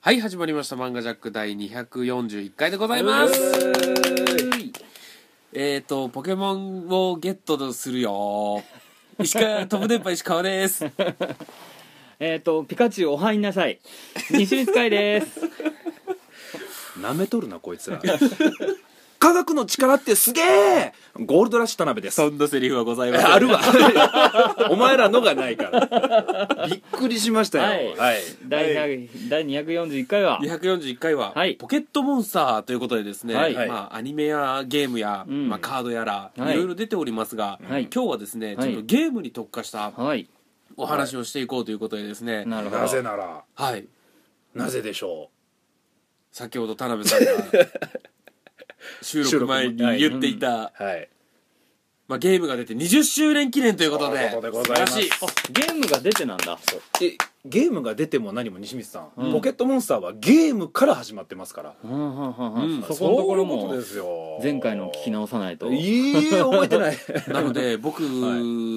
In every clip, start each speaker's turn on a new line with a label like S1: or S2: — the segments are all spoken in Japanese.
S1: はい、始まりました。漫画ジャック第241回でございます。
S2: う
S1: えっ、ー、と、ポケモンをゲットするよ。石川、飛ぶ電波石川です。 よ
S2: えっ、とピカチュウお入んなさい西光海です
S3: なめとるなこいつら 科学の力ってすげえゴールドラッシュ田辺です
S1: んなセリフはございま
S3: あるわ お前らのがないからびっくりしましたよ
S2: はい
S3: はい、
S2: 第100第241回は
S1: 241回は、
S2: はい
S1: ポケットモンスターということでですね、
S2: はい
S1: まあ、アニメやゲームや、
S2: うん
S1: まあ、カードやら、
S2: はい
S1: いろいろ出ておりますが、
S2: はい
S1: 今日はですね、
S2: は
S1: ち
S2: い
S1: ょっとゲームに特化した
S2: はい
S1: お話をしていこうということでですね、
S2: なるほど
S3: なぜなら
S1: はい、
S3: なぜでしょ
S1: 先ほど田辺さんが収録前に言っていた、
S3: うはい
S1: まあ、ゲームが出て20周年記念ということで
S3: ということでございます
S1: 素晴らしい
S2: あゲームが出てなんだ
S3: えゲームが出ても何も西光さん、
S2: うん
S3: ポケットモンスターはゲームから始まってますから、
S2: うんうんうんうん
S1: うん
S2: そこのところ
S3: そういう
S2: も
S3: とですよ
S2: 前回の聞き直さないと
S3: いいえ覚えてない
S1: なので僕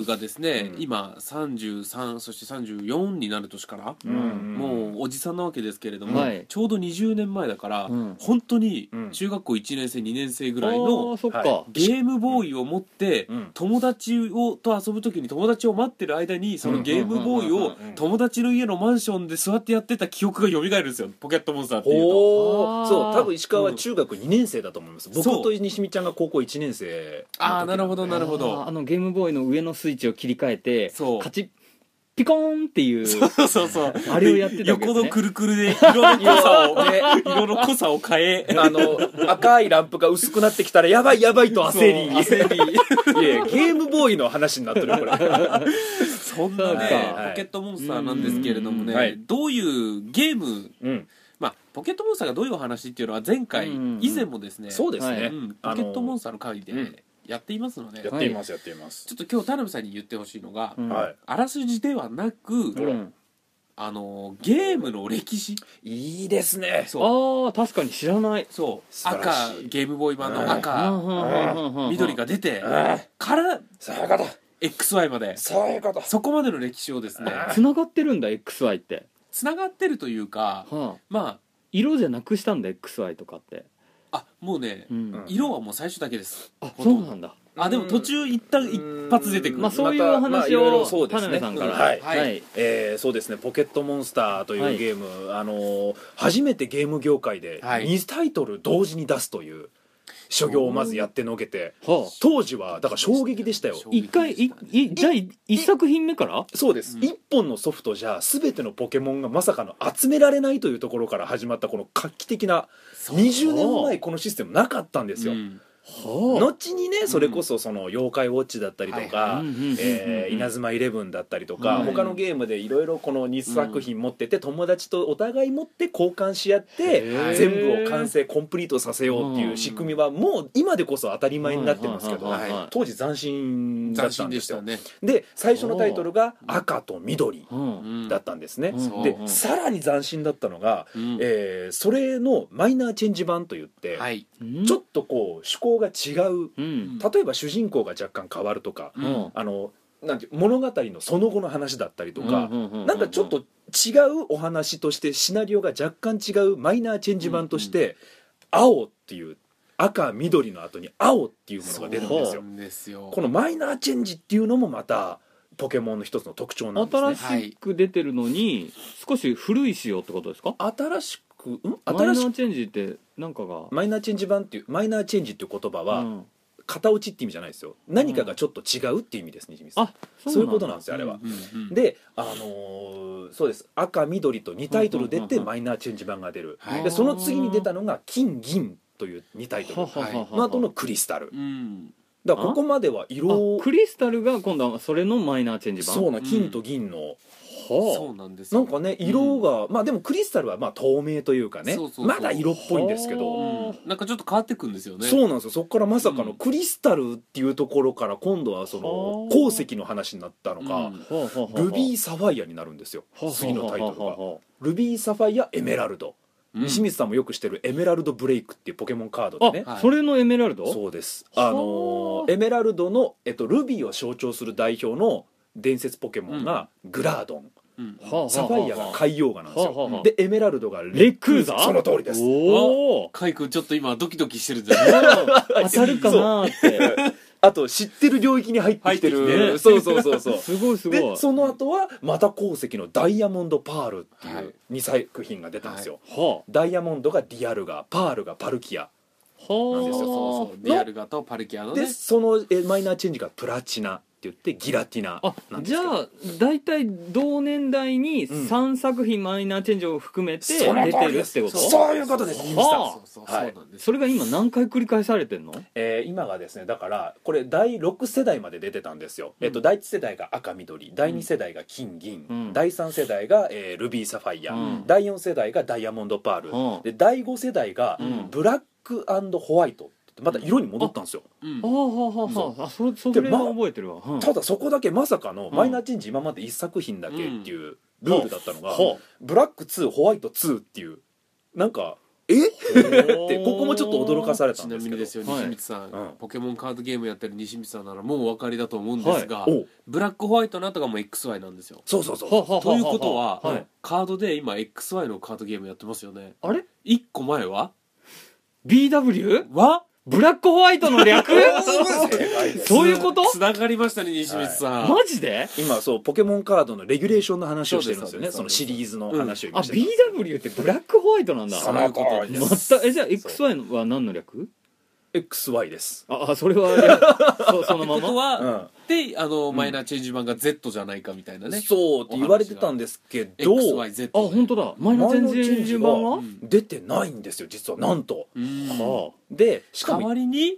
S1: がですね、
S3: うん
S1: 今33そして34になる年から、
S2: ん
S1: もうおじさんなわけですけれども、
S2: はい
S1: ちょうど20年前だから、
S2: うん
S1: 本当に
S3: うん
S1: 中学校1年生2年生ぐ
S2: ぐ
S1: らいの
S2: そっか、
S3: は
S1: ゲームボーイを持って、
S3: うん
S1: 友達をと遊ぶ時に友達を待ってる間にそのゲームボーイ
S2: うんうんうん
S1: を
S3: うんうん
S1: 友達の家のマンションで座ってやってた記憶が蘇るんですよポケットモンスターっていうと。
S3: お
S2: あー
S3: おそう多分石川は中学2年生だと思います、僕と西光ちゃんが高校1年生
S1: ああなるほ
S3: ど
S1: どなるほ
S2: あー
S1: ど
S2: あのゲームボーイの上のスイッチを切り替えて
S1: そう
S2: カチッピコーンっていう
S1: そうそうそう
S2: あれをやってたわけで
S1: 横
S2: すね
S1: のくるくるで色の濃さを色の濃さを変え
S3: あの赤いランプが薄くなってきたらやばいやばいと焦り
S1: そう焦り
S3: いやいやゲームボーイの話になってるこれ
S1: そんなね、
S3: はい
S1: ポケットモンスターなんですけれどもね、
S3: うんはい
S1: どう いうゲーム、
S3: うん
S1: まあ、ポケットモンスターがどういうお話っていうのは前回、
S2: うん
S1: 以前もですね
S3: そうです
S2: は
S3: ね、
S2: い
S1: うんポ
S3: あ
S1: ケ
S3: の
S1: ットモンスターの会で
S3: うん
S1: やっていますので、
S3: やっていますやっています、
S1: ちょっと今日田辺さんに言ってほしいのが、
S2: うん
S3: はい
S1: あらすじではなく、
S2: うん
S1: あのゲームの歴史
S3: いいですね
S2: あ
S1: そう
S2: ー確かに知らない
S1: そう
S3: 素晴
S1: 赤
S3: らしい
S1: ゲームボーイ版の
S2: うん
S1: 赤、
S2: うんうんうんうん
S1: 緑が出て、
S3: あ
S1: から
S3: そういうこと
S1: XY まで
S3: そういうこと
S1: そこまでの歴史をですね
S3: あ
S2: つながってるんだ XY って、
S1: つながってるというか
S2: はあ、
S1: ま
S2: 色じゃなくしたんだ XY とかって、
S1: ああもうね、
S2: うん
S3: うん
S1: 色はもう最初だけです
S2: あ
S1: ほと
S2: そ
S1: ん
S2: う
S1: ど
S2: なんだ
S1: あでも途中一旦一発出てくる
S2: まあそういう
S3: また
S2: お
S3: まあ
S2: 話
S3: いろい
S2: を
S3: ろそう
S2: 田
S3: ですね
S2: 辺さんか
S3: う
S2: ら
S3: んはい
S1: はい
S3: えーそうですね「ポケットモンスター」と
S2: はいいう
S3: ゲーム、あのー初めてゲーム業界で
S1: はい
S3: 2タイトル同時に出すという所業をまずやってのけて
S2: はあ
S3: 当時はだから衝撃でしたよ
S1: 衝撃
S2: 一回いいじゃあい一作品目から
S3: そうです、
S1: うん
S3: 一本のソフトじゃ全てのポケモンがまさかの集められないというところから始まったこの画期的な
S1: そう
S3: 20年前このシステムなかったんですよ、
S1: うん
S2: は
S3: 後にねそれこそその「妖怪ウォッチ」だったりと
S1: は
S3: か
S2: うんうんうんうん
S3: 「えー稲妻イレブン」だったりとか、
S2: はい
S3: 他のゲームでいろいろこの2作品持ってて、友達とお互い持って交換し合って、
S2: へー
S3: 全部を完成コンプリートさせようっていう仕組みはもう今でこそ当たり前になってますけど、
S2: はいはいはい
S3: 当時斬新だった
S1: 斬新
S3: ん
S1: で
S3: で
S1: し
S3: すよ
S1: たね
S3: で最初のタイトルが「赤と緑
S2: あ、うん
S1: うん」
S3: だったんですね、
S2: うん
S3: で
S1: うん
S3: さらに斬新だったのが、
S1: うん
S3: えーそれのマイナーチェンジ版といって、
S1: はい
S2: うん
S3: ちょっとこう趣向が違う
S2: うん
S3: 例えば主人公が若干変わるとか、
S1: う
S2: うんん
S3: あのなんていう物語のその後の話だったりとか、
S2: うううう
S3: なんかちょっと違うお話としてシナリオが若干違うマイナーチェンジ版として、青っていう赤緑の後に青っていうものが出るんです
S1: そう
S3: よ
S1: なんですよ
S3: このマイナーチェンジっていうのもまたポケモンの一つの特徴なんです
S2: 新
S3: ね
S2: しく出てるのに少し古い仕様ってことですか
S3: 新しくん
S2: マイナ
S3: 新し
S2: ー
S3: く
S2: チェンジってなんかが、
S3: マイナーチェンジ版っていうマイナーチェンジっていう言葉は、
S2: うん
S3: 型落ちって意味じゃないですよ何かがちょっと違うっていう意味ですね清水さん
S2: あ
S3: そういうことなんですよあれは
S1: うんうん
S3: で、あのーそうです赤緑と2タイトル出
S2: うんうんうん
S3: て
S2: うん
S3: マイナーチェンジ版が出る、
S1: はい
S3: でその次に出たのが金銀という2タイトル
S1: はは
S3: の後のクリスタル
S1: うん
S3: だからここまでは色
S2: あ
S3: を
S2: クリスタルが今度はそれのマイナーチェンジ版
S3: そうな
S2: は
S3: 金と銀の、
S1: そう
S2: あ
S1: なんです
S3: な
S1: よ
S3: んかね色が、まあでもクリスタルはまあ透明というかね
S1: そうそうそう
S3: まだ色っぽいんですけど、
S2: は
S1: うんなんかちょっと変わってくんですよね
S3: そうなんですよそこからまさか
S1: うん
S3: のクリスタルっていうところから今度はその
S2: はあ
S3: 鉱石の話になったの
S1: う
S3: が、
S1: ん
S2: ほうほうほう
S3: ルビーサファイアになるんですよ次のタイトルが
S2: ほ
S3: ルビーサファイアエメラルド
S1: うん
S3: 西水さんもよくしてるエメラルドブレイクっていうポケモンカード
S2: うほう
S3: でね
S2: あ、
S1: はい
S2: それのエメラルド
S3: そうです
S2: はあ
S3: あのーエメラルドの、えっと、ルビーを象徴する代表の伝説ポケモンがグラードン、
S1: うん
S2: はあはあはあ
S3: サファイアが海洋画なんです
S2: はあはあは
S3: よ
S2: あ
S3: でエメラルドが
S2: レクーザ
S3: その通りです
S2: おお
S1: カイ君ちょっと今ドキドキしてるんだよね
S2: 当たるかなーって
S3: あと知ってる領域に入ってきてる
S1: 入ってきて
S3: そ
S1: ね
S3: うそうそうそう
S2: すごいすごい
S3: でその後はまた鉱石の「ダイヤモンド・パール」って
S1: はいいう
S3: 2作品が出たんですよ、
S2: は
S3: ダイヤモンドがディアルガパールがパルキア
S2: あ
S1: そう
S2: はあ
S1: そうそうリアルガとパルキアの
S3: で
S1: ね
S3: そのえマイナーチェンジがプラチナって言ってギラティナ
S2: あ
S3: なんです
S2: じ
S3: け
S2: ゃ
S3: ど
S2: あ大体同年代に
S3: うん
S2: 3作品マイナーチェンジを含めて
S3: その
S2: 出
S3: 通
S2: て
S3: り
S2: る
S3: で
S2: っ
S3: す
S2: てこと
S3: そういうことです
S1: はあ
S3: ミスター
S1: そうそう
S3: はい
S1: そうなんです
S2: それが今何回繰り返されてんの
S3: えー今がですねだからこれ第6世代まで出てたんですよ、
S2: うん
S3: えっと第1世代が赤緑第2世代が金銀、
S2: うん
S3: 第3世代が、えールビーサファイア、
S2: うん
S3: 第4世代がダイヤモンドパール、
S2: うん
S3: で第5世代が
S2: うん
S3: ブラックホワイトってまた色に戻ったんですよ、
S1: うん
S2: ああはあはああそれそれは覚えてるわ、うん
S3: ただそこだけまさかのマイナーチェンジ今まで1作品だけっていうルールだったのが、
S2: ほ
S3: ブラック2ホワイト2っていうなんかえってここもちょっと驚かされた
S1: ち
S3: ん
S1: な
S3: です
S1: み
S3: けど
S1: にですよ
S2: はい
S1: 西光さん、
S3: うん
S1: ポケモンカードゲームやってる西光さんならもうお分かりだと思うんですが、
S3: おう
S1: ブラックホワイトの後がもう XY なんですよ
S3: そうそうそう
S2: はあはあはあはあ
S1: ということは、
S2: はい
S1: カードで今 XY のカードゲームやってますよね
S2: あれ
S1: 1個前は
S2: BW?
S1: は
S2: ブラックホワイトの 略そういうこと
S1: つながりましたね西光さん、
S2: マジで
S3: 今そうポケモンカードのレギュレーションの話をしてるんですよねそ
S1: そう
S3: の
S1: ですそ
S3: シ
S1: うです
S3: リーズの話を
S2: あ
S3: 今してた
S2: BW ってブラックホワイトなんだ
S3: そ
S1: そういうことで
S2: 全
S1: す
S2: くえじゃあ XY は何の略
S3: XY です、
S2: ああそれはそうその
S1: こ
S2: ま
S1: と
S2: ま
S1: は、
S3: うん
S1: であの、
S2: ん
S1: マイナーチェンジ版が Z じゃないかみたいなね
S3: そうって言われてたんですけど
S1: XYZ あ
S2: あ本当だマイナーチェンジ版は、
S1: マイナーチェンジはうん
S3: 出てないんですよ実はなんと
S1: うん
S2: は
S3: でしか
S1: 代
S3: も
S1: わりに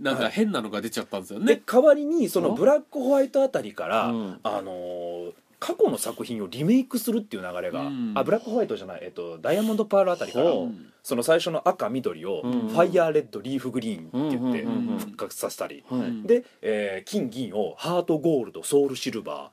S1: なん
S3: は
S1: か
S3: い
S1: 変なのが出ちゃったんですよね、
S3: で代わりにその
S2: あ
S3: ブラックホワイトあたりから、
S2: うん
S3: あのー過去の作品をリメイクするっていう流れが、
S1: うん
S3: あブラックホワイトじゃない、えっと、ダイヤモンドパールあたりから、
S2: ほう
S3: その最初の赤緑を、
S2: うん
S3: ファイヤーレッドリーフグリーンって言って
S2: うん
S1: うんうん
S3: 復活させたり、
S2: あはい、
S1: うん
S3: で、えー金銀をハートゴールドソウルシルバ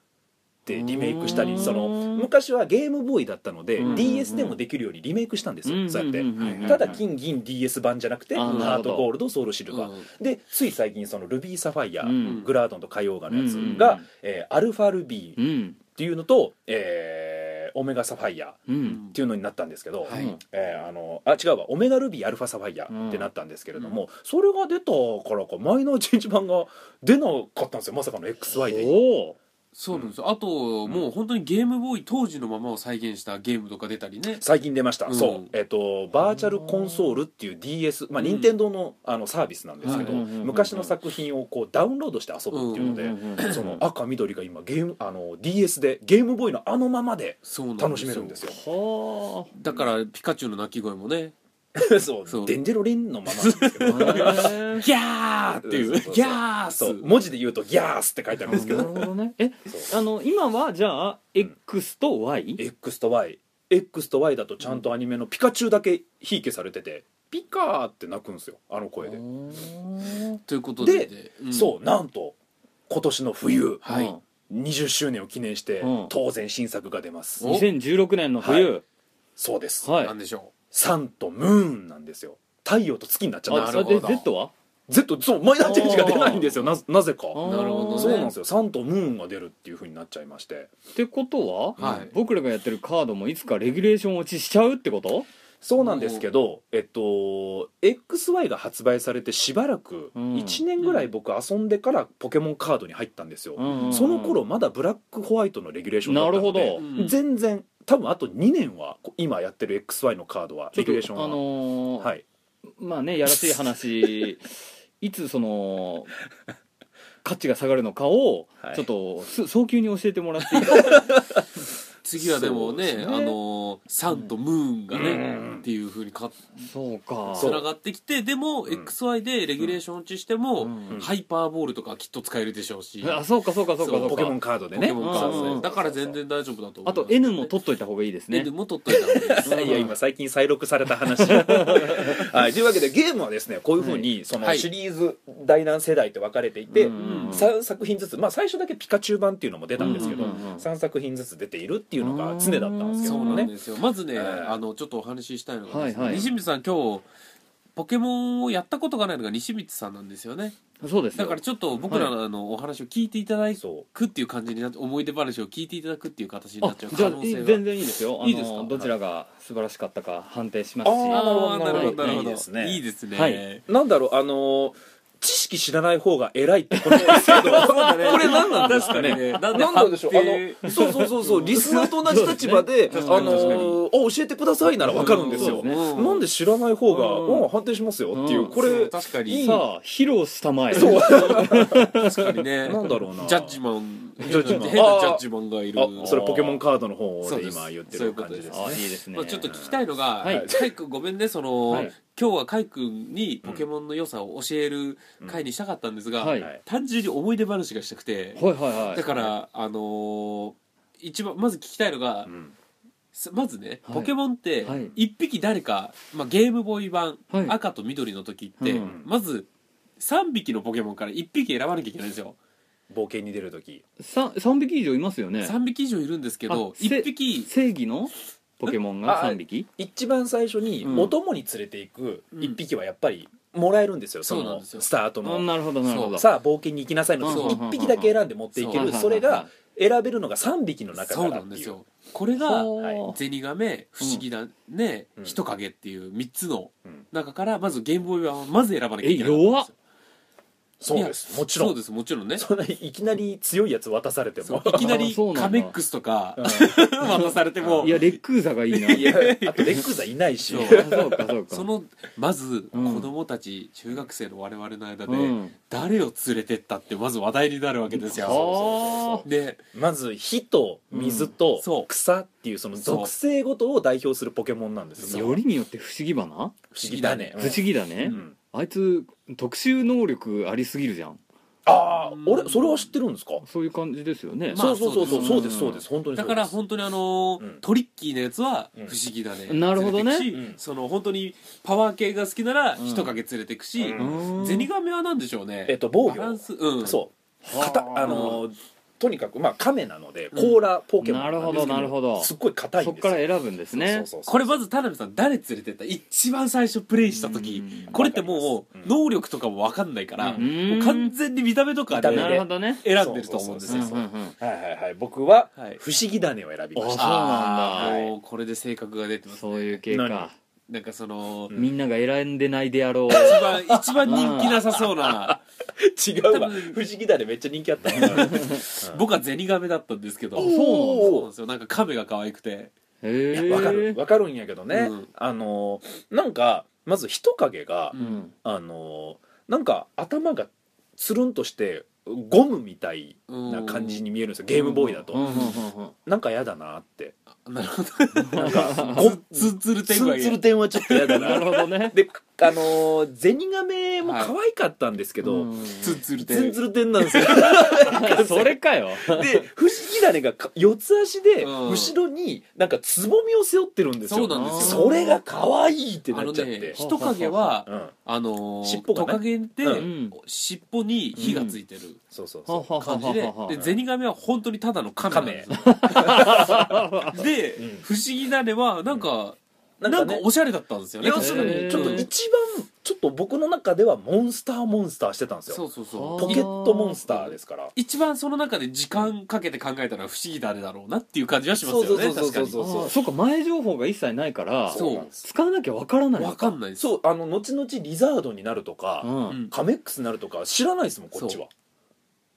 S3: ーでリメイクした
S2: う
S3: り
S2: ーん
S3: その昔はゲームボーイだったので、
S2: うんうんうん
S3: DS でもできるようにリメイクしたんですよ、そうやって、
S2: んんんん
S3: ただ金銀 DS 版じゃなくて
S2: あー
S3: ハート
S2: なるほど
S3: ゴールドソウルシルバー、
S1: うん
S3: でつい最近そのルビーサファイア、
S2: うん
S3: グラードンとカヨーガのやつ
S2: うんうんうん
S3: が、えーアルファルビ
S2: う
S3: ーっ
S2: ん
S3: ていうのと、えーオメガサファイアっ
S2: うん
S3: ていうのになったんですけど、
S1: はい
S3: えーあのあ違うわオメガルビーアルファサファイアってなったんですけれども、それが出たからかマイナーチェンジ版が出なかったんですよまさかの XY で。
S2: おお
S1: そうなんですよあと、
S3: ん
S1: もう本当にゲームボーイ当時のままを再現したゲームとか出たりね
S3: 最近出ました、
S1: うん
S3: そう、えっとバーチャルコンソールっていう DS まあ
S1: うん
S3: 任天堂のあのサービスなんですけど、
S1: はい
S3: 昔の作品をこうダウンロードして遊ぶっていうので、
S2: うんうんうんうん
S3: その赤緑が今ゲームあの DS でゲームボーイのあのままで
S1: そうなんですよ
S3: 楽しめるんですよ
S2: は
S1: だからピカチュウの鳴き声もね
S3: そう
S1: そう
S3: デンジェロリンのままなんですけど
S2: あ
S1: ギャーっていう
S3: そうそうそう
S1: ギャース
S3: そう文字で言うと「ギャース」って書いてあるんですけ
S2: なる
S3: ど
S2: ほどねえ
S3: そ
S2: あの今はじゃあ X と Y?
S3: X と YX と Y だとちゃんとアニメのピカチュウだけひいけされてて「ピカー」って鳴くんですよあの声で、
S1: ということでん
S3: そうなんと今年の冬、
S1: はい
S3: 20周年を記念して、
S2: うん
S3: 当然新作が出ます
S1: お
S2: 2016年の冬
S3: そうです、
S2: はい、
S1: なんでしょ
S3: サンとムーンなんですよ太陽と月になっちゃった
S2: あ
S3: ん
S1: な
S3: です
S1: る
S2: そ
S3: よ
S1: ほ
S2: れで
S1: ど
S2: Z は
S3: Z そうマイナーチェンジが出ないんですよななぜか
S2: あー
S1: なるほどね
S3: そうなんですよサンとムーンが出るっていうふうになっちゃいまして
S2: ってことは、
S1: はい
S2: 僕らがやってるカードもいつかレギュレーション落ちしちゃうってこと
S3: そうなんですけどえっと XY が発売されてしばらく
S2: うん
S3: 1年ぐらい僕遊んでからポケモンカードに入ったんですよ、
S2: うんうんうん
S3: その頃まだブラックホワイトのレギュレーションだったので
S2: なるほど
S1: うん
S3: 全然多分あと2年はこ今やってる XY のカードは
S2: ちょ
S3: レ
S2: っ
S3: ギュレーショ
S2: と
S3: ンは、
S2: あのー
S3: はい
S2: まあねやらしい話いつその価値が下がるのかを
S3: はい
S2: ちょっとす早急に教えてもらっていい
S1: 次はでもね
S3: そうです
S1: あ
S3: ね
S1: のサンとムーンがね、
S3: うん
S1: っていうふうにか
S2: そうか
S1: つながってきてでも、
S3: うん
S1: XY でレギュレーション落ちしても、
S2: うん
S1: ハイパーボールとかきっと使えるでしょうし、
S2: あそうかそうか
S1: そ
S2: そうか
S1: う
S2: そうか
S3: ポケモンカードで
S1: ポ
S3: ね
S1: ケモンカードで
S2: うんうんうん
S1: だから全然大丈夫だと思います
S2: あと N も取っといた方がいいですね
S1: N も取っといた方がいいです
S2: うん
S3: いや今最近再録された 話はいというわけでゲームはですねこういうふうにその
S1: はい
S3: シリーズ第何世代って分かれていて、
S2: うん
S1: うん
S3: 3作品ずつまあ最初だけピカチュウ版っていうのも出たんですけど、
S1: うん
S2: うんうん
S3: 3作品ずつ出ているっていうのが常だったんですけど
S1: そう
S3: も
S1: なん
S3: ね
S1: ですよまずね、
S3: えー
S1: あのちょっとお話ししたいのがですね、
S2: はいはい
S1: 西光さん今日ポケモンをやったことがないのが西光さんなんですよね
S2: そうですよ
S1: だからちょっと僕らのあのお話を聞いていただ
S3: そ
S1: くっていう感じになって思い出話を聞いていただくっていう形になっ
S2: あ
S1: ちゃう
S2: じゃ
S1: 可
S2: あ
S1: 能
S2: い
S1: 性
S2: い
S1: が
S2: 全然いいですよあの
S1: いいですか
S2: どちらが素晴らしかったか判定します
S3: あ
S2: し
S1: あー
S3: な
S1: な
S3: るほ
S1: る
S3: ど
S1: ほどなるほど
S3: いいですね
S1: いいですね、
S2: はい
S3: うんなんだろうあのー知識知らない方が偉いってこのエピソード は
S1: これ何なんですかね
S3: な
S1: なんん
S3: で
S1: で
S3: なんでしょう
S1: 判定
S3: あのそうそうそうそうリスナーと同じ立場で
S1: そうですね
S3: あの
S1: 確かに
S3: ーあ教えてくださいならわかるんですよ、
S2: うんそうです
S1: う
S3: なんで知らない方が、
S1: うん
S3: うん、判定しますよっていう、
S2: うん
S3: こ
S1: そう
S3: れ
S1: 確か
S3: い
S1: に
S3: い
S2: さあ披露したまえ
S3: そう
S1: 確かにね
S3: なんだろうな
S1: ジャッジマン
S3: ジャッジマン
S1: 変なジャッジマンがいる
S3: あそれポケモンカードの方で今言って
S1: そ
S3: る
S1: うです
S3: 感じです
S1: そう
S2: あ
S3: ね
S2: いいですね、
S1: まあ、ちょっと聞きたいのが、
S2: はい
S1: カイ君ごめんねその、
S2: はい
S1: 今日はカイ君にポケモンの良さを教える回にしたかったんですが、
S2: うんはい
S1: 単純に思い出話がしたくて、
S2: はいはいはい
S1: だからあのー一番まず聞きたいのが、
S3: うん
S1: すまずね、
S2: はい
S1: ポケモンって
S2: はい
S1: 一匹誰か、まあ、ゲームボーイ版、
S2: はい
S1: 赤と緑の時って、
S2: うん
S1: まず3匹のポケモンから1匹選ばなきゃいけないんですよ、
S3: 冒険に出る時
S2: さ3匹以上いますよね
S1: 3匹以上いるんですけど
S2: あせ
S1: 1匹
S2: 正義のポケモンが
S3: あ
S2: 3匹
S3: 一番最初に
S1: うん
S3: お供に連れていく
S1: うん
S3: 一匹はやっぱりもらえるんですよそ
S1: そうなん
S3: の
S1: ですよ
S3: スタート
S2: あ
S3: の
S2: なるほどなるほど
S3: さあ冒険に行きなさいの
S1: そう
S3: 時一匹だけ選んで持っていけ
S1: あ
S3: る
S2: はい
S3: それ
S2: はいは
S3: が選べるのが3匹の中
S1: そ
S3: か
S1: う
S3: ら
S1: な
S3: っ
S1: ん
S3: て
S1: で
S3: い
S1: す
S3: う
S1: よこれ
S2: い
S1: が
S2: ほう
S1: ゼニガメ不思議だね、
S3: うん
S1: 人影っていう3つの
S3: うん
S1: 中からまずゲームボーイ版をまず選ばなきゃいけない
S2: え弱っ
S3: そうですもちろ
S1: そうんですもちろんね
S3: そんないきなり強いやつ渡されて
S1: そう
S3: も
S1: いきな
S2: あ
S1: り
S2: そうなんだ
S1: カメックスとか
S3: うん
S1: 渡されても
S2: いやレックーザがいいな
S3: いやあとレックザいないし
S1: そう
S2: あそうかそう か
S1: そのまず子
S2: うん
S1: 供たち中学生の我々の間
S2: う
S1: で
S2: ん
S1: 誰を連れてったってまず話題になるわけです
S3: そう
S1: よ
S3: そうそうそう
S1: で
S3: まず火と水
S1: う
S3: と
S1: んそう
S3: 草っていうその属性ごとを代表するポケモンなんですよ
S2: よりによって不思議花、な
S3: 不思議だね
S1: 不
S2: 不思議だね、
S3: うん
S2: あいつ特殊能力ありすぎるじゃん
S3: ああ俺それは知ってるんですか
S2: そういう感じですよ
S1: ま
S2: ね、
S1: あ
S3: そうそうそうそうそ
S2: そうう
S3: で
S2: ですす
S3: そうです本当にそ
S1: だ
S3: うです
S1: から本当にあの
S3: うん
S1: トリッキーなやつは不
S3: うん
S1: 思議だね
S2: なるほどね
S1: 連れてくし
S3: うん
S1: その本当にパワー系が好きなら
S2: うん
S1: 人影連れてくし
S3: うん
S2: うん
S1: ゼニガメは何でしょうね
S3: えっと防
S1: バラ
S3: 御
S1: ンスうん
S3: そう硬
S2: はあ
S3: あのーとにかくまあ亀なので甲羅ポケモン
S2: なる
S3: ん
S2: ほ
S3: ですけ
S2: どなるほど
S3: すっごい硬い
S2: そ
S3: ん
S2: っ
S3: です
S2: から選ぶんです
S3: そ
S2: ね
S3: うそうそう
S1: これまず田辺さん誰連れてった一番最初プレイした時
S2: うん
S1: これっても
S3: わかります
S1: う能力とかも分かんないから
S2: う
S1: も
S2: ん
S1: う完全に見た目とか
S3: 見た目
S2: な
S3: で
S1: で
S2: るほどね
S1: 選んでると思うんです
S3: そう
S1: よ
S3: そうそう
S2: うんうんうん
S3: はいはいはい僕は
S1: はい
S3: 不思議種を選びまし
S2: あ
S3: た
S1: あ
S3: そうなんだ
S1: ーもうこれで性格が出てます
S2: そういう系か
S3: 何
S1: なんかその
S3: うん
S2: みんなが選んでないであろう
S1: 一番一番人気なさそうな
S3: 違うわ
S1: 多分
S3: 不思議種めっちゃ人気あった
S1: 僕はゼニガメだったんですけど
S2: あ
S1: そう
S2: そ
S1: なんですよなんか亀が可愛くて
S2: へえ
S3: わかるわかるんやけどね
S1: うん
S3: あのーなんかまず人影が
S2: うん
S3: あのーなんか頭がつるんとしてゴムみたいな感じに見えるんですよゲームボーイだ
S2: うん
S3: と
S2: うんうんうん
S3: なんかやだなって
S1: なるほど
S3: なんかゴ
S1: ゴ
S3: ム
S1: ンツンツル
S3: ツ
S1: テ
S3: ルツル天はちょっとやだ
S2: な
S3: な
S2: るほどね
S3: で、あのー、ゼニガメも可愛かったんですけど、
S2: うん
S1: ツンツルテ
S3: ツンツルテンなんです よで
S2: それかよ
S3: 不思議種がか四つ足で
S1: うん
S3: 後ろになんかつぼみを背負ってるんですよ
S1: そうなんです
S2: よ
S3: それが可愛いって
S1: あ
S3: なっ
S1: の
S3: ちゃって、
S1: ね人影は
S3: うん、
S1: あのー
S3: 尻尾がね
S1: トカゲって、
S3: う
S2: うん
S1: 尻尾に火がついてる
S3: そうそう
S2: は
S3: そ
S2: はは
S1: 感じで、
S2: はは
S1: でゼニガメは本当にただの
S3: う
S1: 亀なんで
S3: 亀
S1: すよ で、
S3: うん
S1: 不思議なれはなんか、
S3: なん
S1: な
S3: か
S1: んか
S3: ね
S1: おしゃれだったんですよね
S3: 要するにちょっと一番ちょっと僕の中ではモンスターモンスターしてたんです
S1: そ
S3: よ
S1: うそう
S2: あ
S1: そう
S3: ポケットモンスターですから
S1: 一番その中で時間かけて考えたのは不思議だねだろうなっていう感じはします
S3: そ
S1: よ
S3: うそ
S1: ね
S3: うそう
S1: 確かに
S3: そう
S2: あーそっか前情報が一切ないから
S1: そう
S3: なんです
S2: 使わなきゃわからないの
S1: わかんないです
S3: そうあの後々リザードになるとか、
S2: うん
S1: うん
S3: カメックスになるとか知らないですもんこっちは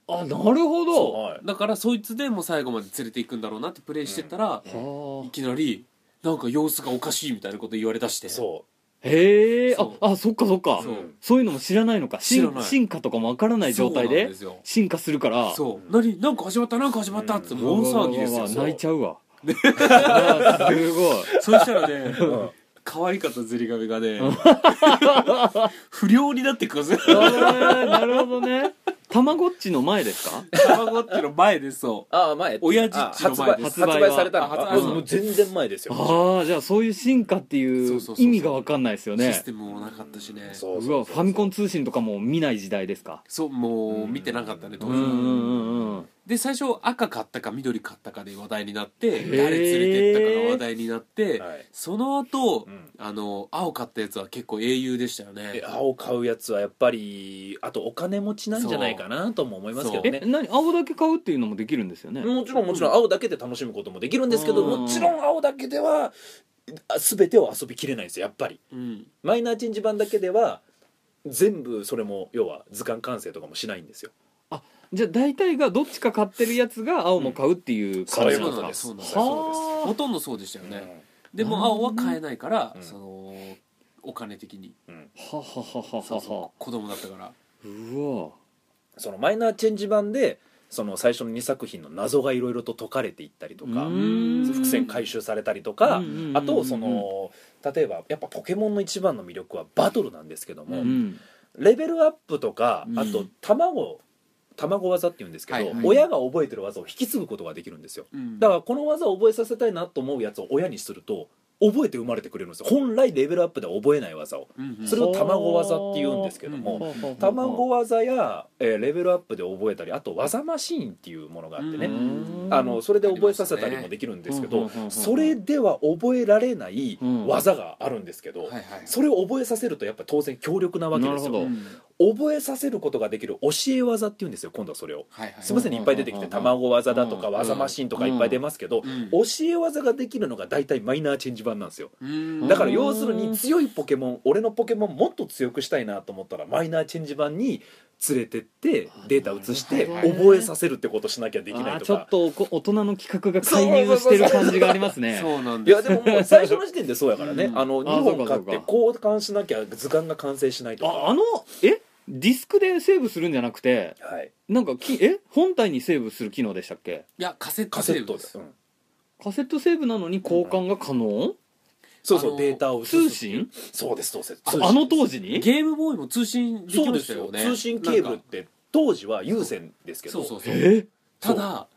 S2: あなるほどは
S3: はい
S1: だからそいつでもう最後まで連れていくんだろうなってプレイしてったら、い
S2: あ
S1: きなりなんか様子がおかしいみたいなこと言われだして
S3: そ
S2: へえあ
S1: そう
S2: あそっかそっか
S1: そう
S2: そういうのも知らないのか
S1: 知ら
S2: 進
S1: ない
S2: 進化とかもわからない状態
S1: そうなん
S2: です
S1: よ
S2: 進化するから
S1: そう何なんか始まったなんか始まったって
S3: う
S1: 大騒ぎです
S2: わわわ
S1: よ
S2: わ
S1: そう
S2: 泣いちゃ うわあーすごい
S1: そうしたらね
S3: う、うん
S1: 可愛かったゼリガメ がね不良になってくるんですよ
S2: あーなるほどねたまごっちの前ですか
S1: 卵っての前でそう
S3: ああ前
S1: 親父っちの前
S3: あ
S1: で
S3: 発
S1: す
S3: 売発
S2: 発売は
S3: 売されたの
S1: あ
S3: か
S1: 発売
S3: もう全然前ですよ
S2: ああじゃあそういう進化ってい
S1: そう
S2: う
S1: そうそうそう
S2: 意味がわかんないですよ
S1: シ
S2: ね
S1: ステムもなかったしねそ
S3: そう
S1: う
S2: う
S3: そ
S2: わ
S3: う
S2: フ
S3: そ
S2: ァ
S3: う
S2: ミコン通信とかも見ない時代ですか
S1: もう見てなかったね
S3: う
S1: 当
S2: うんうん
S1: 時
S2: うんうん
S1: で最初赤買ったか緑買ったかで話題になっ
S2: へ
S1: て
S2: ー
S1: 誰連れてったかが話題になって、
S3: はい
S1: その後、
S3: うん
S1: あの青買ったやつは結構英雄でしたよね
S3: で青買うやつはやっぱりあとお金持ちなんじゃないかなとも思いますけど
S2: え
S3: ね
S2: 何青だけ買うっていうのもできるんですよね
S3: もちろんもちろん青だけで楽しむこともできるんですけど
S2: うん
S3: もちろん青だけではあ全てを遊びきれないんですよやっぱり
S1: うん
S3: マイナーチェンジ版だけでは全部それも要は図鑑完成とかもしないんですよ
S2: じゃあ大体がどっちか買ってるやつが青も買うっていう
S3: そ
S2: 感
S3: うい
S2: じ
S3: う
S2: な
S3: こ
S2: ん
S3: と
S2: で
S3: ですすそ
S2: か
S3: うです
S1: ほ
S2: は
S1: とんどそうでしたよね、
S2: ん
S1: でも青は買えないから、
S3: うん
S1: そのお金的に
S2: あはははは
S1: そう
S2: はは
S1: そう子供だったから
S2: うわ
S3: そのマイナーチェンジ版でその最初の2作品の謎がいろいろと解かれていったりとか
S2: うーん
S3: 伏線回収されたりとか、
S2: うんうんうんうん
S3: あとその例えばやっぱポケモンの一番の魅力はバトルなんですけども、
S2: うん
S3: レベルアップとか、
S2: うん
S3: あと卵卵技っていうんですけど、
S1: はいはい
S3: 親が覚えてる技を引き継ぐことができるんですよ
S1: うん
S3: だからこの技を覚えさせたいなと思うやつを親にすると覚えて生まれてくれるんですよ本来レベルアップでは覚えない技を
S1: うんうん
S3: それを卵技って言うんですけど
S1: う
S3: も
S1: ん
S2: はははは
S3: 卵技や、えーレベルアップで覚えたりあと技マシーンっていうものがあってね、
S2: うん
S3: あのそれで覚えさせたりもできるんですけ
S2: うんう
S3: ど
S2: んうんうん
S3: それでは覚えられない技があるんですけど、
S1: はいはい
S3: それを覚えさせるとやっぱ当然強力なわけです
S2: なるほど
S3: よ
S1: うん
S3: 覚えさせることができる教え技っていうんですよ今度はそれを
S1: はいはい
S3: すいませんねいっぱい出てきて卵技だとか
S2: うん
S3: 技マシーンとかいっぱい出ますけど
S1: うん
S3: 教え技ができるのが大体マイナーチェンジ版なんですよ
S1: うん
S3: だから要するに強いポケモン俺のポケモンもっと強くしたいなと思ったらマイナーチェンジ版に連れてってデータ移して
S2: なるほどね
S3: 覚えさせるってことしなきゃできな
S2: あ
S3: い
S2: ー
S3: と
S2: ちょっ
S3: か
S2: とこ大人の企画が介入してる感じがありますね
S1: そうなん
S3: い
S1: で
S3: や
S1: す
S3: でももう最初の時点でそうやから
S1: う
S3: ね
S1: ん
S3: あの
S2: あ
S3: 2
S2: そ
S3: 本
S2: うか
S3: 買っ
S2: そ
S3: て
S2: うか
S3: 交換しなきゃ図鑑が完成しないとか
S2: ああのえディスクでセーブするんじゃなくて
S3: はい
S2: なんかきえ本体にセーブする機能でしたっけ
S1: いやカセット
S3: カセ
S1: セー
S3: ッ
S1: ブ
S3: ト
S1: で
S3: ですすうん
S2: カセットセーブなのに交換が可能
S3: そう
S1: あ
S3: そ
S1: の
S3: うデータを移す
S2: 通信
S3: そうですそうです
S2: あ
S3: 通信
S2: あの当時に
S1: ゲームボーイも通信でき
S3: そう
S1: ま
S3: で
S1: し
S3: す
S1: たよ
S3: よ
S1: ね
S3: 通信ケーブ
S1: な
S3: ル
S1: ん
S3: っ
S1: か
S3: て当時は有線ですけど
S1: そうそうそう
S2: え
S1: ただ
S2: は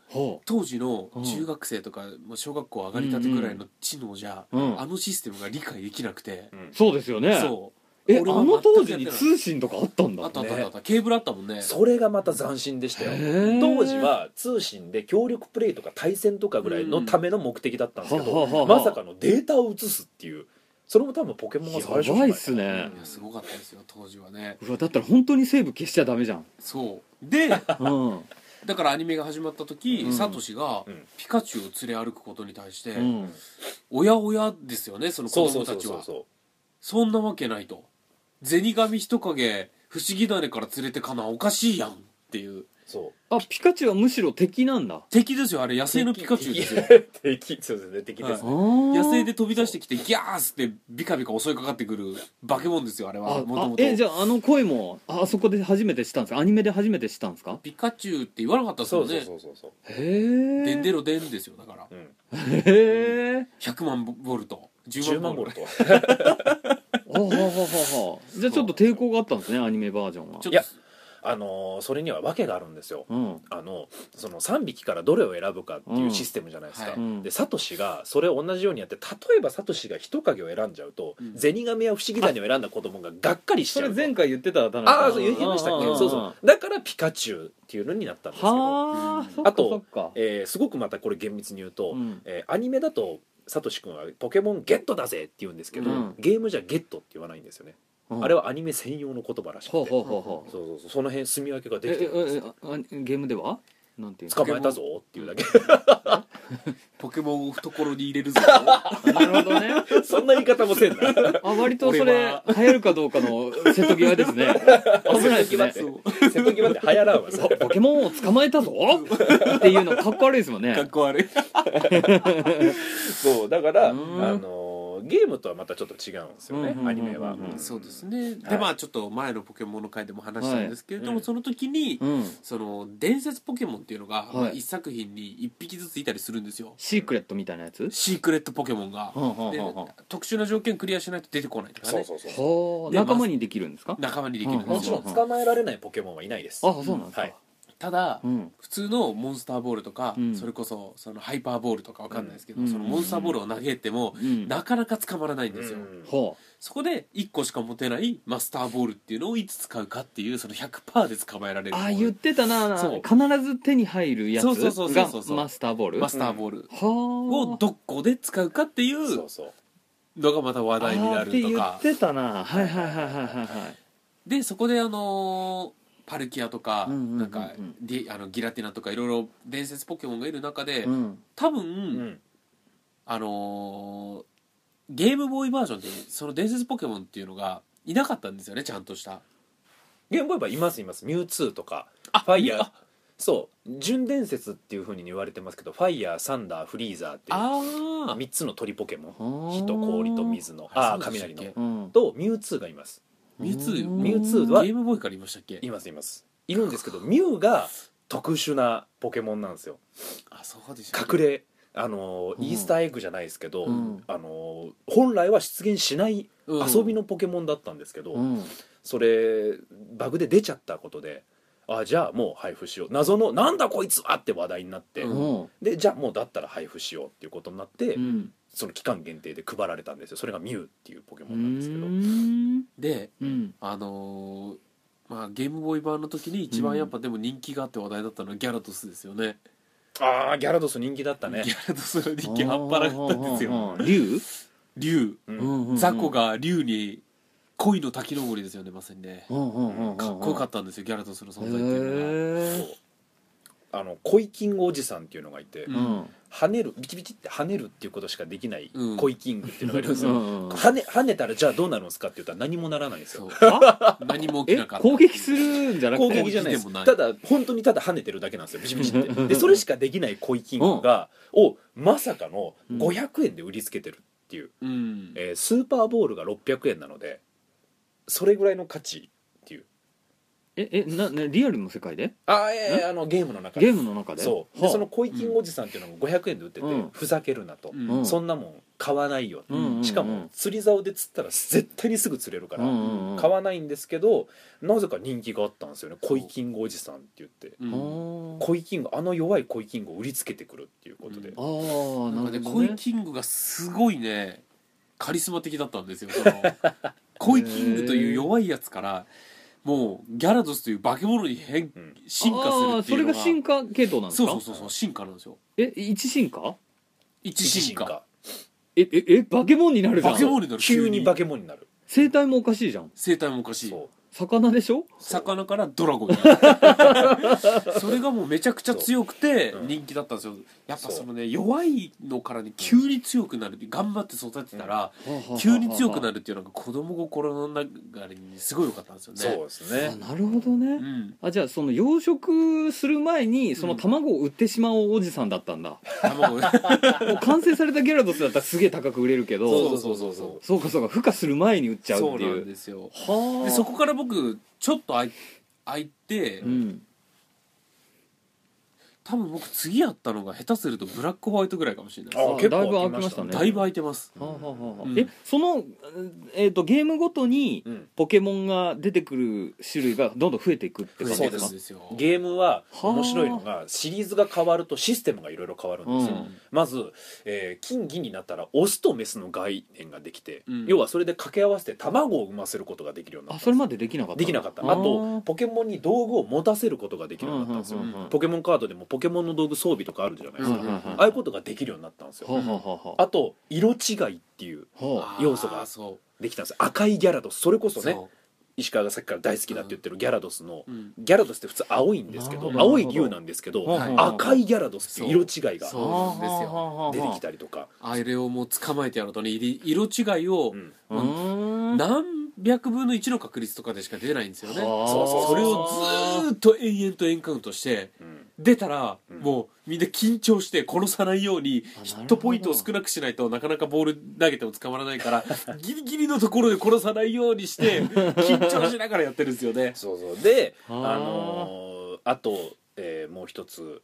S1: 当時の
S2: うん
S1: 中学生とかもう小学校上がりたてくらいの知能じゃ、
S2: うん
S1: あのシステムが理解できなくて、
S3: うん
S2: そうですよね
S1: そ
S2: えあ
S1: 俺は
S2: の当時
S1: 全く
S2: に
S1: やってない
S2: 通信とかあったん
S1: うあ
S2: だ
S1: ったあったあった、ケーブルあったもんね
S3: それがまた斬新でしたよ
S2: へー
S3: 当時は通信で協力プレイとか対戦とかぐらいのための目的だったんですけ
S2: うんはあはあ
S3: ど
S2: はあ
S3: まさかのデータを移すっていうそれも多分ポケモンが最初じゃな
S2: やばい
S3: か
S2: っすね
S1: いやすごかったですよ当時はね
S2: うわだったら本当にセーブ消しちゃダメじゃん
S1: そうで だ
S2: うん
S1: からアニメが始まった時、
S2: うん
S1: サトシが
S3: うん
S1: ピカチュウを連れ歩くことに対して、
S2: うん
S1: おやおやですよねその
S3: そう
S1: 子
S3: そ
S1: 供
S3: うそ
S1: た
S3: う
S1: ち
S3: そう
S1: は
S3: そ
S1: そんなわけないと銭神人影不思議種から連れてかなおかしいやんっていう
S3: う
S2: あピカチュウはむしろ敵なんだ
S1: 敵ですよあれ野生のピカチュウですよ
S3: 敵そうですね敵です
S1: は
S3: ね
S2: 野
S1: 野生で飛び出してきてギャースってビカビカ襲いかかってくる化け物ですよあれ
S2: あ
S1: は
S2: あ
S1: もともと
S2: えじゃああの声もああそこで初めて知ったんですかアニメで初めて知ったんですか
S1: ピカチュウって言わなかったです
S3: そ
S1: も
S3: うんそう
S1: ね
S3: そうそうそう
S2: へえ
S1: デンデロデンですよだから
S3: うん
S2: へえ
S1: 100万ボルト
S3: 10
S1: 10
S3: 万
S1: 万
S3: ボ
S1: ボ
S3: ル
S1: ルト
S3: ト
S2: あははははじゃあちょっと抵抗があったんですねアニメバージョンは
S1: ちょっと
S3: いやあのーそれには訳があるんですよ
S2: うん
S3: あのその3匹からどれを選ぶかっていうシステムじゃないですか、
S1: うん
S2: はい
S3: でサトシがそれを同じようにやって例えばサトシが人影を選んじゃうと、
S1: うん
S3: ゼニガメや不思議谷を選んだ子供ががっかりしち
S2: そ
S3: ゃ
S2: れ
S3: うと
S2: 前回言ってた田
S3: ああそ
S2: 中さ
S3: うん言ってましたっけ
S2: んんん
S3: そうそうだからピカチュウっていうのになったんですけど、
S2: はあ、
S1: うん
S2: そっか
S3: あと
S2: そっか
S3: えーすごくまたこれ厳密に言うと、
S2: うん
S3: えーアニメだとサトシ君は「ポケモンゲットだぜ!」って言うんですけど、
S2: うん
S3: ゲームじゃ「ゲット」って言わないんですよね、
S2: うん
S3: あれはアニメ専用の言葉らしくて
S2: ほうほうほうほう
S3: そうそうそうその辺住み分けがで
S2: え
S3: きてるんです
S2: ええ
S3: よ
S2: あゲームではなんていう
S3: 捕まえたぞっていうだけ
S1: ポケモンを懐に入れるぞ
S2: のなるほどね
S3: そんな言い方も せんな
S2: あ割とそ
S1: 俺
S2: れ
S1: は
S2: 流行るかどうかの瀬戸際 ですね危ないですね
S1: そう
S3: 瀬戸際って流行らんわそう
S2: ポケモンを捕まえたぞっていうのかっこ悪いですもん ね
S1: かっこ悪い
S3: そうだから、
S2: うん
S3: あのーゲームとはまたちょっと違うんですよね、
S2: うんうんうんうん
S3: アニメは、
S2: うん
S1: そうですね
S3: は
S1: で
S3: い
S1: まあちょっと前のポケモンの回でも話したんですけれど
S3: は
S1: も
S3: い
S1: その時に
S2: うん
S1: その伝説ポケモンっていうのが
S2: はい
S1: まあ一作品に1匹ずついたりするんですよ
S2: シークレットみたいなやつ
S1: シークレットポケモンが
S2: はあはあ
S1: で
S2: はあ
S1: 特殊な条件クリアしないと出てこないとか
S3: そう
S1: ね
S3: そうそう
S2: はあ
S1: で
S2: 仲間にできるんですか
S1: 仲間にできるん
S2: う
S1: で
S2: ん
S3: も
S1: す
S3: ち
S1: よ
S3: ろん捕まえられないポケモンはいないです
S2: あそうなんですか
S3: はい
S1: ただ、
S2: うん
S1: 普通のモンスターボールとか、
S2: うん
S1: それこそそのハイパーボールとかわかんないですけど、
S2: うん
S1: そのモンスターボールを投げても、
S2: うん
S1: なかなか捕まらないんですよ、
S3: うん
S2: は
S1: そこで1個しか持てないマスターボールっていうのをいつ使うかっていうその100%で捕まえられる
S2: あ
S1: ボ
S2: あ
S1: ール
S2: あ言ってたな
S1: そう
S2: 必ず手に入るやつ
S1: そうそうそうそう
S2: が
S1: そう
S2: マスターボール
S1: マ
S2: は
S1: スターボール
S2: あ
S1: をどこで使うかってい
S3: そううそう
S1: のがまた話題にな
S2: あーって
S1: ると
S2: 言
S1: か
S2: ってたなはいはいはいはいはいはい
S1: でそこであのーパルキアとか
S2: うんうんうんうん
S1: なんかディあのギラティナとかいろいろ伝説ポケモンがいる中で
S2: うん
S1: 多
S3: う
S1: 分
S3: ん
S1: あのーゲームボーイバージョンでその伝説ポケモンっていうのがいなかったんですよねちゃんとした
S3: ゲームボーイはいますいますミュウツーとか
S1: あ
S3: ファイヤーそう純伝説っていうふうに言われてますけどファイヤーサンダーフリーザーっていう
S1: ああ
S3: 3つの鳥ポケモン
S2: はあ
S3: 火と氷と水のああ雷の
S2: うん
S3: とミュウツーがいます
S1: ミュウツー
S2: うん
S3: ミュウツーは
S1: ゲームボーイからいましたっけ
S3: いますいますいるんですけどミュウが特殊なポケモンなんですよ
S1: あそうでしたっけ
S3: 隠れあのー
S2: うん
S3: イースターエッグじゃないですけど、
S2: うん
S3: あのー本来は出現しない
S1: うん
S3: 遊びのポケモンだったんですけど、
S2: うん
S3: それバグで出ちゃったことであじゃあもう配布しよう謎の「なんだこいつは!」って話題になって、
S1: う
S2: うん
S3: でじゃあもうだったら配布しようっていうことになって、
S2: うん
S3: その期間限定で配られたんですよそれがミュウっていうポケ
S2: う
S3: モンなんですけど、
S2: ん
S1: で
S2: うん
S1: あのーまあ、ゲームボーイ版の時に一番やっぱでも人気があって話題だったのはギャラドスですよね、
S3: ああギャラドス人気だったね
S1: ギ、ャラドスの人気半端なかったんですよ
S2: 竜
S1: 竜
S3: うん
S1: ザコが竜に恋の滝登りですよねまさにねか
S2: か
S1: っこよか
S2: っ
S1: ったんですよギャラドスの
S2: た
S1: 存在っていうのが
S3: あの恋キングおじさんっていうのがいて、
S1: うん
S3: 跳ねるビチビチって跳ねるっていうことしかできない
S1: うん
S3: 恋キングっていうのがいるんですよ、
S2: 攻
S3: 跳ね跳ねたらじゃあどうなるんですかって言ったら何もならないんです
S1: そ
S3: よ
S1: う何も起きなかった
S2: 撃するんじゃなく
S3: 攻
S2: て
S3: 撃じゃないです
S1: 攻撃でもな
S3: た
S1: い
S3: だ本当にただ跳ねてるだけなんですよビチビチってでそれしかできない恋キングが、をまさかの500円で売りつけてるっていう、
S1: うん
S3: えースーパーボールが600円なのでそれぐらいの価値っていう
S2: ええななリアルの世界で
S3: あーえーあのゲームの中で
S2: ゲームの中で
S3: そうで
S2: はあ
S3: その恋キングおじさんっていうのも500円で売ってて、
S2: うん
S3: ふざけるなと、
S1: うん
S2: うん
S3: そんなもん買わないよ、
S2: うんうんうん
S3: しかも釣り竿で釣ったら絶対にすぐ釣れるから、
S2: うんうんうん
S3: 買わないんですけどなぜか人気があったんですよね「恋キングおじさん」って言って
S1: うん
S2: は
S3: 恋キングあの弱い恋キングを売りつけてくるっていうことで、
S1: うん
S2: ああー
S1: なんか
S2: な
S1: ね
S2: るほど
S1: 恋
S2: ね
S1: キングがすごいねカリスマ的だったんですよ その恋キングという弱いやつからもうギャラドスという化け物に変
S3: うん
S1: 進化するっていうの
S2: あーそれが進化系統なんです
S1: そう
S2: か
S1: そうそうそう進化なんですよ
S2: え一進化
S1: 一進化
S2: えええバケモンになるじゃ
S1: 化け
S2: ん
S1: 物になる
S3: 急に化け物になる
S2: 生態もおかしいじゃん
S1: 生態もおかしい
S3: そう
S2: 魚でしょ
S1: 魚からドラゴンにな るそれがもうめちゃくちゃ強くて
S3: そううん
S1: 人気だったんですよやっ
S3: そ
S1: ぱ
S3: う
S1: そのね弱いのからね急に強くなる頑張って育てたら急に強くな
S2: る
S1: るっていうのが子供心の中にすごい良かったんですよね
S3: そうです
S2: あ
S3: ね
S2: なるほどね、
S1: うん
S2: あじゃあその養殖する前にその卵を売ってしまおうおじさんだったんだ、
S1: 卵
S2: もう完成されたギャラドスだったらすげえ高く売れるけ
S1: そう
S2: ど
S1: そうそうそう
S2: そうかそうか孵化する前に売っちゃうって
S1: そう
S2: い
S1: なん
S2: う
S1: ですよ
S2: はあ
S1: でそこから僕ちょっとあい空いて、
S2: うん
S1: 多分僕次やったのが下手するとブラックホワイトぐらいかもしれないです
S2: あ
S3: 結構
S2: だいぶ開きましたね
S1: だいぶ空いてます
S2: はあはあはあ
S1: うん
S2: えその、えー、とゲームごとに
S3: うん
S2: ポケモンが出てくる種類がどんどん増えていくって感
S1: 増えて
S2: じで
S1: る
S2: す
S1: ん
S2: か
S1: ですよ
S3: ゲームは
S2: はあ
S3: 面白いのがシリーズが変わるとシステムがいろいろ変わるんですよ、
S2: うん
S3: まず、えー金銀になったらオスとメスの概念ができて、
S1: うん
S3: 要はそれで掛け合わせて卵を産ませることができるようにな
S2: あ
S3: った
S2: それまでできなかった
S3: できなかった
S2: あ
S3: あとポケモンに道具を持たせることができるようになったんですよ、
S1: うんうんうん
S3: ポケモンカードでもポケモンの道具装備とかあるじゃないで
S1: う
S3: す
S1: ん
S3: か、
S1: うんうん
S3: ああいうことができるようになったんですよ、
S2: はあはあはあはあ
S3: あと色違いっていう
S2: はあ
S3: 要素が
S1: あーそう
S3: できたんですよ赤いギャラドスそれこそね
S1: そ
S3: 石川がさっきから大好きだって言ってるギャラドスの、
S1: ううん
S3: ギャラドスって普通青いんですけ
S2: な
S3: ど
S2: るほど
S3: 青い竜なんですけど、
S1: はい
S3: 赤いギャラドスっていう色違いが
S1: そうなんですよ
S3: 出てき
S2: た
S3: たりとか、
S1: あれをもう捕まえてやるとねい色違いを
S3: うん
S2: うん
S1: 何百分の1の確率とかでしか出ないんですよね
S2: はあ
S3: そうそう
S1: それをずーっと延々とエンカウントして
S3: うん
S1: 出たら
S3: うん
S1: もうみんな緊張して殺さないように
S2: あ
S1: ヒットポイントを少なくしないとなかなかボール投げても捕まらないからギリギリのところで殺さないようにして緊張しながらやってるんですよね
S3: そうそうであ
S2: はあ
S3: のーあと、えーもう一つ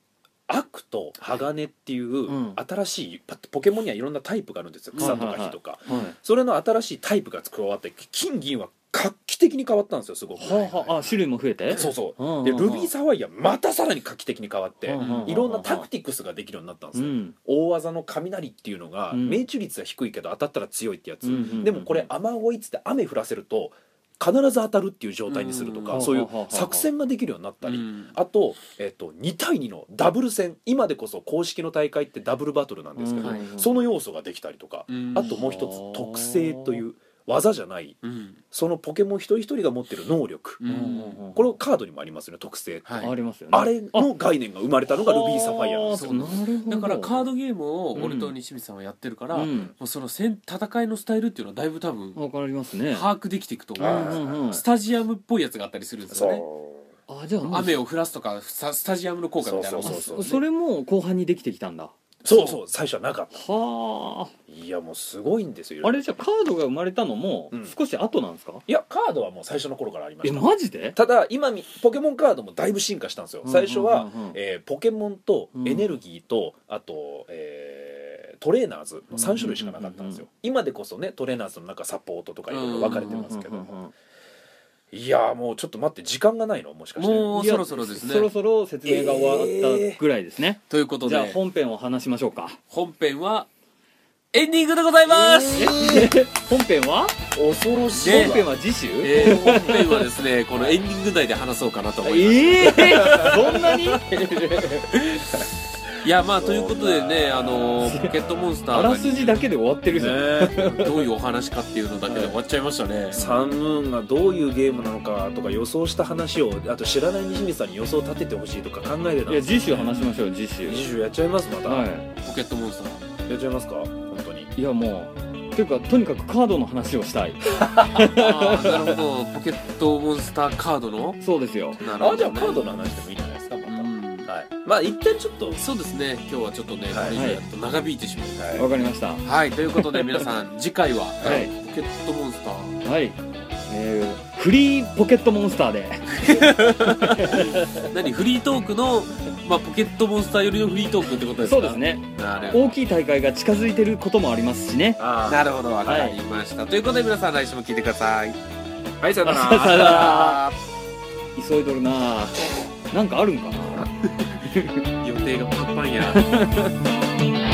S3: 悪と鋼っていう
S2: うん
S3: 新しいパポケモンにはいろんなタイプがあるんですよ
S2: はいは
S3: 草と
S2: いはい
S3: か火とか、
S2: はい
S3: それの新しいタイプが加わって金銀は画期的に変わったんですよすごく、
S2: はあはああ種類も増えて
S3: そうそう、
S2: うんうんうん
S3: でルビーサファイアまたさらに画期的に変わって、
S2: うんうんうんうん
S3: いろんなタクティクスができるようになったんです
S2: う
S3: よ、
S2: ん
S3: 大技の雷っていうのが、
S2: うん
S3: 命中率は低いけど当たったら強いってやつ、
S2: うんうんうんうん
S3: でもこれ雨乞いっつって雨降らせると必ず当たるっていう状態にするとか、
S1: うん
S3: そうい
S2: は
S3: う
S2: あはあはあ
S3: 作戦ができるようになったり、
S1: うん
S3: あと,、えっと2対2のダブル戦今でこそ公式の大会ってダブルバトルなんですけど、
S1: うんはい
S3: その要素ができたりとか、
S1: うん
S3: あともう一つ特性という技じゃない
S1: うん
S3: そのポケモン一人一人が持ってる能力、
S1: うん
S3: これをカードにもありますよね特性って、
S1: はい
S2: ありますよね
S3: あれの概念が生まれたのがルビーサファイアなん
S2: あ
S3: で
S2: ー
S3: す
S2: そ
S3: よ
S2: うなるほど
S1: だからカードゲームを
S2: うん
S1: 俺と西光さんはやってるから、
S2: う
S1: も
S2: ん
S1: うその戦戦いのスタイルっていうのはだいぶ多分
S2: わかりますね
S1: 把握できていくと思う、
S2: うんうんうん
S1: スタジアムっぽいやつがあったりするんですよね
S2: あじゃあもう
S1: 雨を降らすとかスタスタジアムの効果みたいなの
S2: あ
S3: そう
S2: そそれも後半にできてきたんだ
S3: そうそう最初はなかっ
S2: は
S3: たいやもうすごいんですよ
S2: ああれじゃあカードが生まれたのも
S3: うん
S2: 少し後なんですか
S3: いやカードはもう最初の頃からありま
S2: え
S3: した
S2: マジで
S3: ただ今みポケモンカードもだいぶ進化したんですよ最初
S2: うん
S3: は、
S2: うんうんうん
S3: えーポケモンとエネルギーと、あと、えートレーナーズの3種類しかなかったんですよ、
S2: うんうんうんうん
S3: 今でこそねトレーナーズの中サポートとかいろいろ分かれてますけど、
S2: うんうんうんうん
S3: いやーもうちょっと待って時間がないのもしかして
S1: もう
S2: いや
S1: そろそろですね
S2: そろそろ説明が終わったぐらいですね、
S1: ということ
S2: じゃあ
S1: で
S2: 本編を話しましょうか
S1: 本編はエンディングでございます、
S2: 本編は
S3: 恐ろしい
S2: 本
S1: で
S2: 編は次週え
S1: えー本編はですねこのエンディング内で話そうかなと思います、
S2: えそんなに
S1: いやまあということでね
S3: そうだ
S1: あのポケットモンスタ
S2: あ
S1: ー
S2: ら
S1: が
S2: すじだけで終わってるじゃん、
S3: ね
S1: どういうお話かっていうのだけで終わっちゃいましたね、
S3: サンムーンがどういうゲームなのかとか予想した話をあと知らない西光さんに予想立ててほしいとか考えてたん
S2: い
S3: で
S2: や
S3: す
S2: 次週話しましょう次週
S3: 二十やっちゃいますまた、
S2: は
S1: ポケットモンスター
S3: やっちゃいますか本当に
S2: いいやもうていうかとにかくカードの話をしたい
S1: あーなるほどポケットモンスターカードの
S2: そうですよ
S1: なるほど、ね、
S3: あじゃあカードの話でもいいんじゃないですかまた、
S1: うん
S3: はいまあ一旦ちょっと
S1: そうですね今日はちょっとねこ
S3: はい
S1: れ以上やると長引いてしまう
S2: わかりました
S1: はい、ということで皆さん次回は、
S2: はい
S1: ポケットモンスター
S2: はいえーフリーポケットモンスターで
S1: 何フリートークの、まあ、ポケットモンスター寄りのフリートークってことですか
S2: そうですね
S1: なるほ
S2: 大きい大会が近づいてることもありますしね
S1: ど
S3: あ
S1: なるほどわかりました、ということで皆さん来週も聞いてください
S3: あはいさよなら
S2: さよなら急いどるななんかあるんかな
S1: 予定がパンパンや